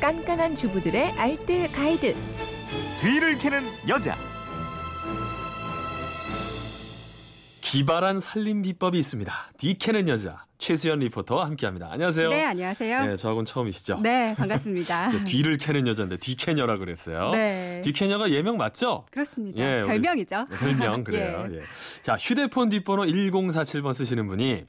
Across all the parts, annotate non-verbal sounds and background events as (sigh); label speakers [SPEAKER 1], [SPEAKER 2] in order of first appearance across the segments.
[SPEAKER 1] 깐깐한 주부들의 알뜰 가이드.
[SPEAKER 2] 뒤를 캐는 여자
[SPEAKER 3] 기발한 살림 비법이 있습니다. 뒤캐는 여자 최수연 리포터와 함께합니다. 안녕하세요.
[SPEAKER 4] 네, 안녕하세요.
[SPEAKER 3] 네, 저하고는 처음이시죠?
[SPEAKER 4] 네,
[SPEAKER 3] (laughs)
[SPEAKER 4] 반갑습니다.
[SPEAKER 3] 이제 뒤를 캐는 여자인데 뒤캐녀라 그랬어요.
[SPEAKER 4] 네.
[SPEAKER 3] 뒤캐녀가 예명 맞죠?
[SPEAKER 4] 그렇습니다.
[SPEAKER 3] 예, 우리-
[SPEAKER 4] 별명이죠. (laughs)
[SPEAKER 3] 별명 그래요. 예. 자, 휴대폰 뒷번호 1047번 쓰시는 분이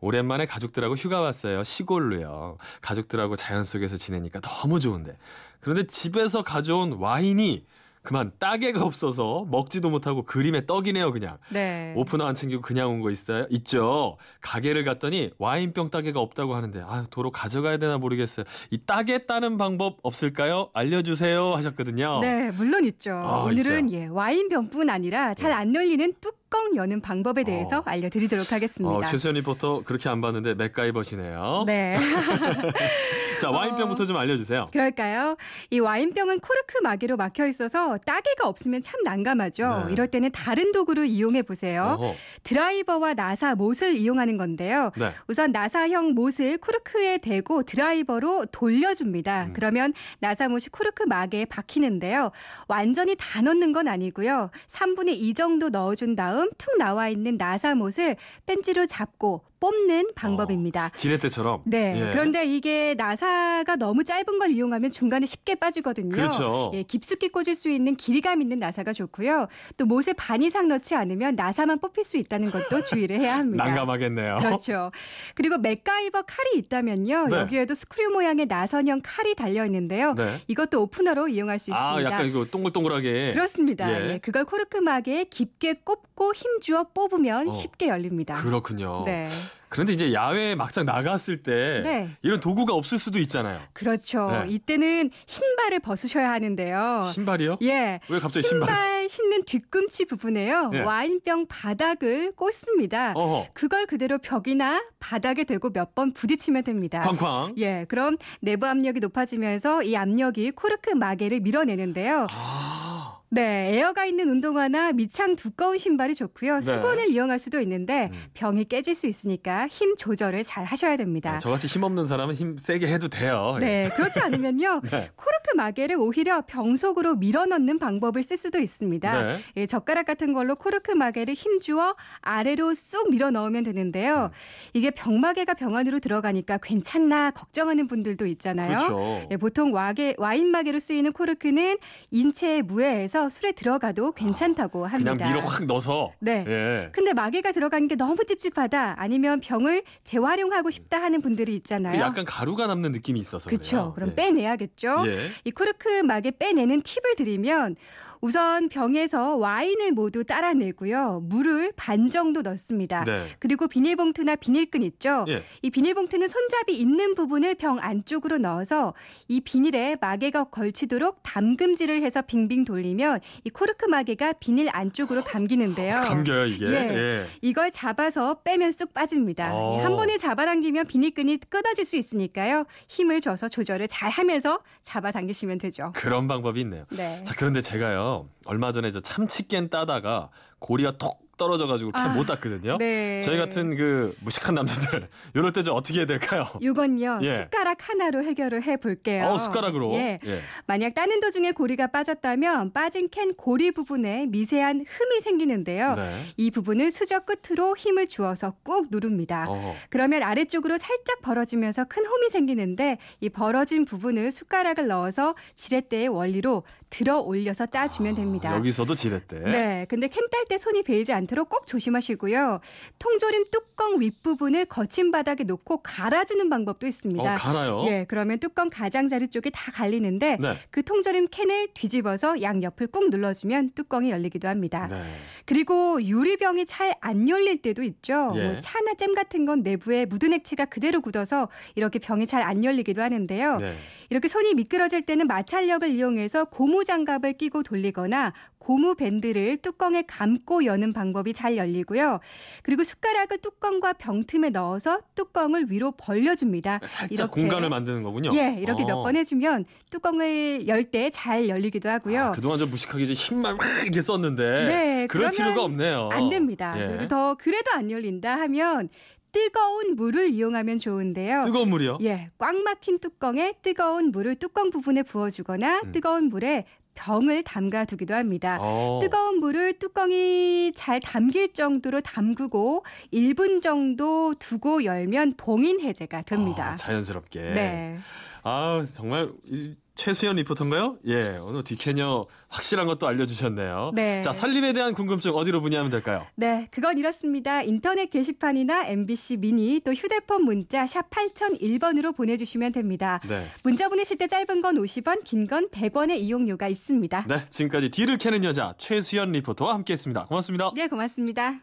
[SPEAKER 3] 오랜만에 가족들하고 휴가 왔어요. 시골로요. 가족들하고 자연 속에서 지내니까 너무 좋은데. 그런데 집에서 가져온 와인이 그만 따개가 없어서 먹지도 못하고 그림에 떡이네요, 그냥.
[SPEAKER 4] 네.
[SPEAKER 3] 오픈너 안 챙기고 그냥 온 거 있어요? 있죠. 가게를 갔더니 와인병 따개가 없다고 하는데 아 도로 가져가야 되나 모르겠어요. 이 따개 따는 방법 없을까요? 알려주세요 하셨거든요.
[SPEAKER 4] 네, 물론 있죠.
[SPEAKER 3] 아, 네.
[SPEAKER 4] 오늘은 예, 와인병뿐 아니라 잘 안 열리는 뚜껑 여는 방법에 대해서
[SPEAKER 3] 어.
[SPEAKER 4] 알려드리도록 하겠습니다.
[SPEAKER 3] 어, 최수연 리포터 그렇게 안 봤는데 맥가이버시네요.
[SPEAKER 4] 네. (laughs)
[SPEAKER 3] 자 와인병부터 좀 알려주세요.
[SPEAKER 4] 그럴까요? 이 와인병은 코르크 마개로 막혀 있어서 따개가 없으면 참 난감하죠.
[SPEAKER 3] 네.
[SPEAKER 4] 이럴 때는 다른 도구를 이용해 보세요.
[SPEAKER 3] 어허,
[SPEAKER 4] 드라이버와 나사 못을 이용하는 건데요.
[SPEAKER 3] 네.
[SPEAKER 4] 우선 나사형 못을 코르크에 대고 드라이버로 돌려줍니다.
[SPEAKER 3] 음.
[SPEAKER 4] 그러면 나사못이 코르크 막에 박히는데요. 완전히 다 넣는 건 아니고요. 3분의 2 정도 넣어준 다음 툭 나와 있는 나사못을 벤치로 잡고 뽑는 방법입니다.
[SPEAKER 3] 지렛대처럼.
[SPEAKER 4] 네.
[SPEAKER 3] 어. 예.
[SPEAKER 4] 그런데 이게 나사가 너무 짧은 걸 이용하면 중간에 쉽게 빠지거든요.
[SPEAKER 3] 그렇죠.
[SPEAKER 4] 예, 깊숙이 꽂을 수 있는 길이감 있는 나사가 좋고요. 또 못에 반 이상 넣지 않으면 나사만 뽑힐 수 있다는 것도 주의를 해야 합니다.
[SPEAKER 3] 난감하겠네요.
[SPEAKER 4] 그렇죠. 그리고 맥가이버 칼이 있다면요.
[SPEAKER 3] 어? 네.
[SPEAKER 4] 여기에도 스크류 모양의 나선형 칼이 달려 있는데요.
[SPEAKER 3] 네.
[SPEAKER 4] 이것도 오프너로 이용할 수 있습니다.
[SPEAKER 3] 아 약간 이거 동글동글하게.
[SPEAKER 4] 그렇습니다.
[SPEAKER 3] 예.
[SPEAKER 4] 예, 그걸 코르크막에 깊게 꼽고 힘주어 뽑으면
[SPEAKER 3] 어.
[SPEAKER 4] 쉽게 열립니다.
[SPEAKER 3] 군요
[SPEAKER 4] 네.
[SPEAKER 3] 그런데 이제 야외에 막상 나갔을 때
[SPEAKER 4] 네.
[SPEAKER 3] 이런 도구가 없을 수도 있잖아요.
[SPEAKER 4] 그렇죠.
[SPEAKER 3] 네.
[SPEAKER 4] 이때는 신발을 벗으셔야 하는데요.
[SPEAKER 3] 신발이요?
[SPEAKER 4] 예.
[SPEAKER 3] 왜 갑자기 신발?
[SPEAKER 4] 신발 신는 뒤꿈치 부분에요.
[SPEAKER 3] 네.
[SPEAKER 4] 와인병 바닥을 꽂습니다.
[SPEAKER 3] 어허.
[SPEAKER 4] 그걸 그대로 벽이나 바닥에 대고 몇 번 부딪히면 됩니다.
[SPEAKER 3] 쾅쾅.
[SPEAKER 4] 예, 그럼 내부 압력이 높아지면서 이 압력이 코르크 마개를 밀어내는데요.
[SPEAKER 3] 아,
[SPEAKER 4] 네, 에어가 있는 운동화나 밑창 두꺼운 신발이 좋고요.
[SPEAKER 3] 네.
[SPEAKER 4] 수건을 이용할 수도 있는데
[SPEAKER 3] 음.
[SPEAKER 4] 병이 깨질 수 있으니까 힘 조절을 잘 하셔야 됩니다.
[SPEAKER 3] 네, 저같이 힘없는 사람은 힘 세게 해도 돼요. 예.
[SPEAKER 4] 네, 그렇지 않으면요.
[SPEAKER 3] (laughs) 네.
[SPEAKER 4] 코르크 마개를 오히려 병 속으로 밀어넣는 방법을 쓸 수도 있습니다.
[SPEAKER 3] 네.
[SPEAKER 4] 예, 젓가락 같은 걸로 코르크 마개를 힘주어 아래로 쑥 밀어 넣으면
[SPEAKER 3] 음.
[SPEAKER 4] 되는데요. 이게 병마개가 병 안으로 들어가니까 괜찮나 걱정하는 분들도 있잖아요.
[SPEAKER 3] 그렇죠.
[SPEAKER 4] 예, 보통 와게, 와인 마개로 쓰이는 코르크는 인체의 무해에서 술에 들어가도 괜찮다고 합니다.
[SPEAKER 3] 아, 그냥 밀어 확 넣어서.
[SPEAKER 4] 네.
[SPEAKER 3] 예.
[SPEAKER 4] 근데 마개가 들어간 게 너무 찝찝하다 아니면 병을 재활용하고 싶다 하는 분들이
[SPEAKER 3] 그
[SPEAKER 4] 있잖아요.
[SPEAKER 3] 약간 가루가 남는 느낌이 있어서.
[SPEAKER 4] 그렇죠.
[SPEAKER 3] 그래요.
[SPEAKER 4] 그럼 빼내야겠죠.
[SPEAKER 3] 예. 예.
[SPEAKER 4] 이 코르크 막에 빼내는 팁을 드리면 우선 병에서 와인을 모두 따라내고요. 물을 반 정도 넣습니다.
[SPEAKER 3] 네.
[SPEAKER 4] 그리고 비닐봉투나 비닐끈 있죠.
[SPEAKER 3] 예.
[SPEAKER 4] 이 비닐봉투는 손잡이 있는 부분을 병 안쪽으로 넣어서 이 비닐에 마개가 걸치도록 담금질을 해서 빙빙 돌리면 이 코르크 마개가 비닐 안쪽으로 감기는데요.
[SPEAKER 3] 아, 감겨요 이게.
[SPEAKER 4] 예.
[SPEAKER 3] 예.
[SPEAKER 4] 이걸 잡아서 빼면 쑥 빠집니다.
[SPEAKER 3] 어.
[SPEAKER 4] 한 번에 잡아당기면 비닐끈이 끊어질 수 있으니까요. 힘을 줘서 조절을 잘 하면서 잡아당기시면 되죠.
[SPEAKER 3] 그런 방법이 있네요.
[SPEAKER 4] 네.
[SPEAKER 3] 자 그런데 제가요 얼마 전에 저 참치캔 따다가 고리가 톡 떨어져가지고 캔
[SPEAKER 4] 아,
[SPEAKER 3] 못 땄거든요.
[SPEAKER 4] 네.
[SPEAKER 3] 저희 같은 그 무식한 남자들 (laughs) 이럴 때 좀 어떻게 해야 될까요?
[SPEAKER 4] 요건요
[SPEAKER 3] 예.
[SPEAKER 4] 숟가락 하나로 해결을 해볼게요.
[SPEAKER 3] 어 숟가락으로.
[SPEAKER 4] 예. 만약 따는 도중에 고리가 빠졌다면 빠진 캔 고리 부분에 미세한 흠이 생기는데요.
[SPEAKER 3] 네.
[SPEAKER 4] 이 부분을 수저 끝으로 힘을 주어서 꾹 누릅니다.
[SPEAKER 3] 어.
[SPEAKER 4] 그러면 아래쪽으로 살짝 벌어지면서 큰 홈이 생기는데 이 벌어진 부분을 숟가락을 넣어서 지렛대의 원리로 들어 올려서 따주면 됩니다.
[SPEAKER 3] 아, 여기서도 지렛대. 어,
[SPEAKER 4] 네, 근데 캔 딸 때 손이 베이지 않도록 꼭 조심하시고요. 통조림 뚜껑 윗부분을 거친 바닥에 놓고 갈아주는 방법도
[SPEAKER 3] 어,
[SPEAKER 4] 있습니다.
[SPEAKER 3] 갈아요.
[SPEAKER 4] 예, 그러면 뚜껑 가장자리 쪽이 다 갈리는데
[SPEAKER 3] 네.
[SPEAKER 4] 그 통조림 캔을 뒤집어서 양옆을 꾹 눌러주면 뚜껑이 열리기도 합니다.
[SPEAKER 3] 네.
[SPEAKER 4] 그리고 유리병이 잘 안 열릴 때도 있죠.
[SPEAKER 3] 예.
[SPEAKER 4] 뭐 차나 잼 같은 건 내부에 묻은 액체가 그대로 굳어서 이렇게 병이 잘 안 열리기도 하는데요.
[SPEAKER 3] 네.
[SPEAKER 4] 이렇게 손이 미끄러질 때는 마찰력을 이용해서 고무 장갑을 끼고 돌리거나 고무 밴드를 뚜껑에 감고 여는 방법이 잘 열리고요. 그리고 숟가락을 뚜껑과 병틈에 넣어서 뚜껑을 위로 벌려줍니다.
[SPEAKER 3] 살짝
[SPEAKER 4] 이렇게.
[SPEAKER 3] 공간을 만드는 거군요.
[SPEAKER 4] 예, 이렇게 몇
[SPEAKER 3] 어.
[SPEAKER 4] 번 해주면 뚜껑을 열 때 잘 열리기도 하고요.
[SPEAKER 3] 아, 그동안 좀 무식하게 이제 힘만 막 이렇게 썼는데
[SPEAKER 4] 네, 그러면
[SPEAKER 3] 그럴 필요가 없네요.
[SPEAKER 4] 안 됩니다.
[SPEAKER 3] 예.
[SPEAKER 4] 그리고 더 그래도 안 열린다 하면 뜨거운 물을 이용하면 좋은데요.
[SPEAKER 3] 뜨거운 물이요?
[SPEAKER 4] 예, 꽉 막힌 뚜껑에 뜨거운 물을 뚜껑 부분에 부어주거나
[SPEAKER 3] 음.
[SPEAKER 4] 뜨거운 물에 병을 담가두기도 합니다.
[SPEAKER 3] 어.
[SPEAKER 4] 예. 뜨거운 물을 뚜껑이 잘 담길 정도로 담그고 1분 정도 두고 열면 봉인 해제가 됩니다.
[SPEAKER 3] 아, 자연스럽게.
[SPEAKER 4] 네.
[SPEAKER 3] 아 정말 이 최수연 리포터인가요? 예 오늘 뒤캐녀 확실한 것도 알려주셨네요.
[SPEAKER 4] 네.
[SPEAKER 3] 자 살림에 대한 궁금증 어디로 문의하면 될까요?
[SPEAKER 4] 네, 그건 이렇습니다. 인터넷 게시판이나 MBC 미니 또 휴대폰 문자 샵 8001번으로 보내주시면 됩니다.
[SPEAKER 3] 네.
[SPEAKER 4] 문자 보내실 때 짧은 건 50원, 긴 건 100원의 이용료가 있습니다.
[SPEAKER 3] 네 지금까지 뒤를 캐는 여자 최수연 리포터와 함께했습니다. 고맙습니다.
[SPEAKER 4] 네, 고맙습니다.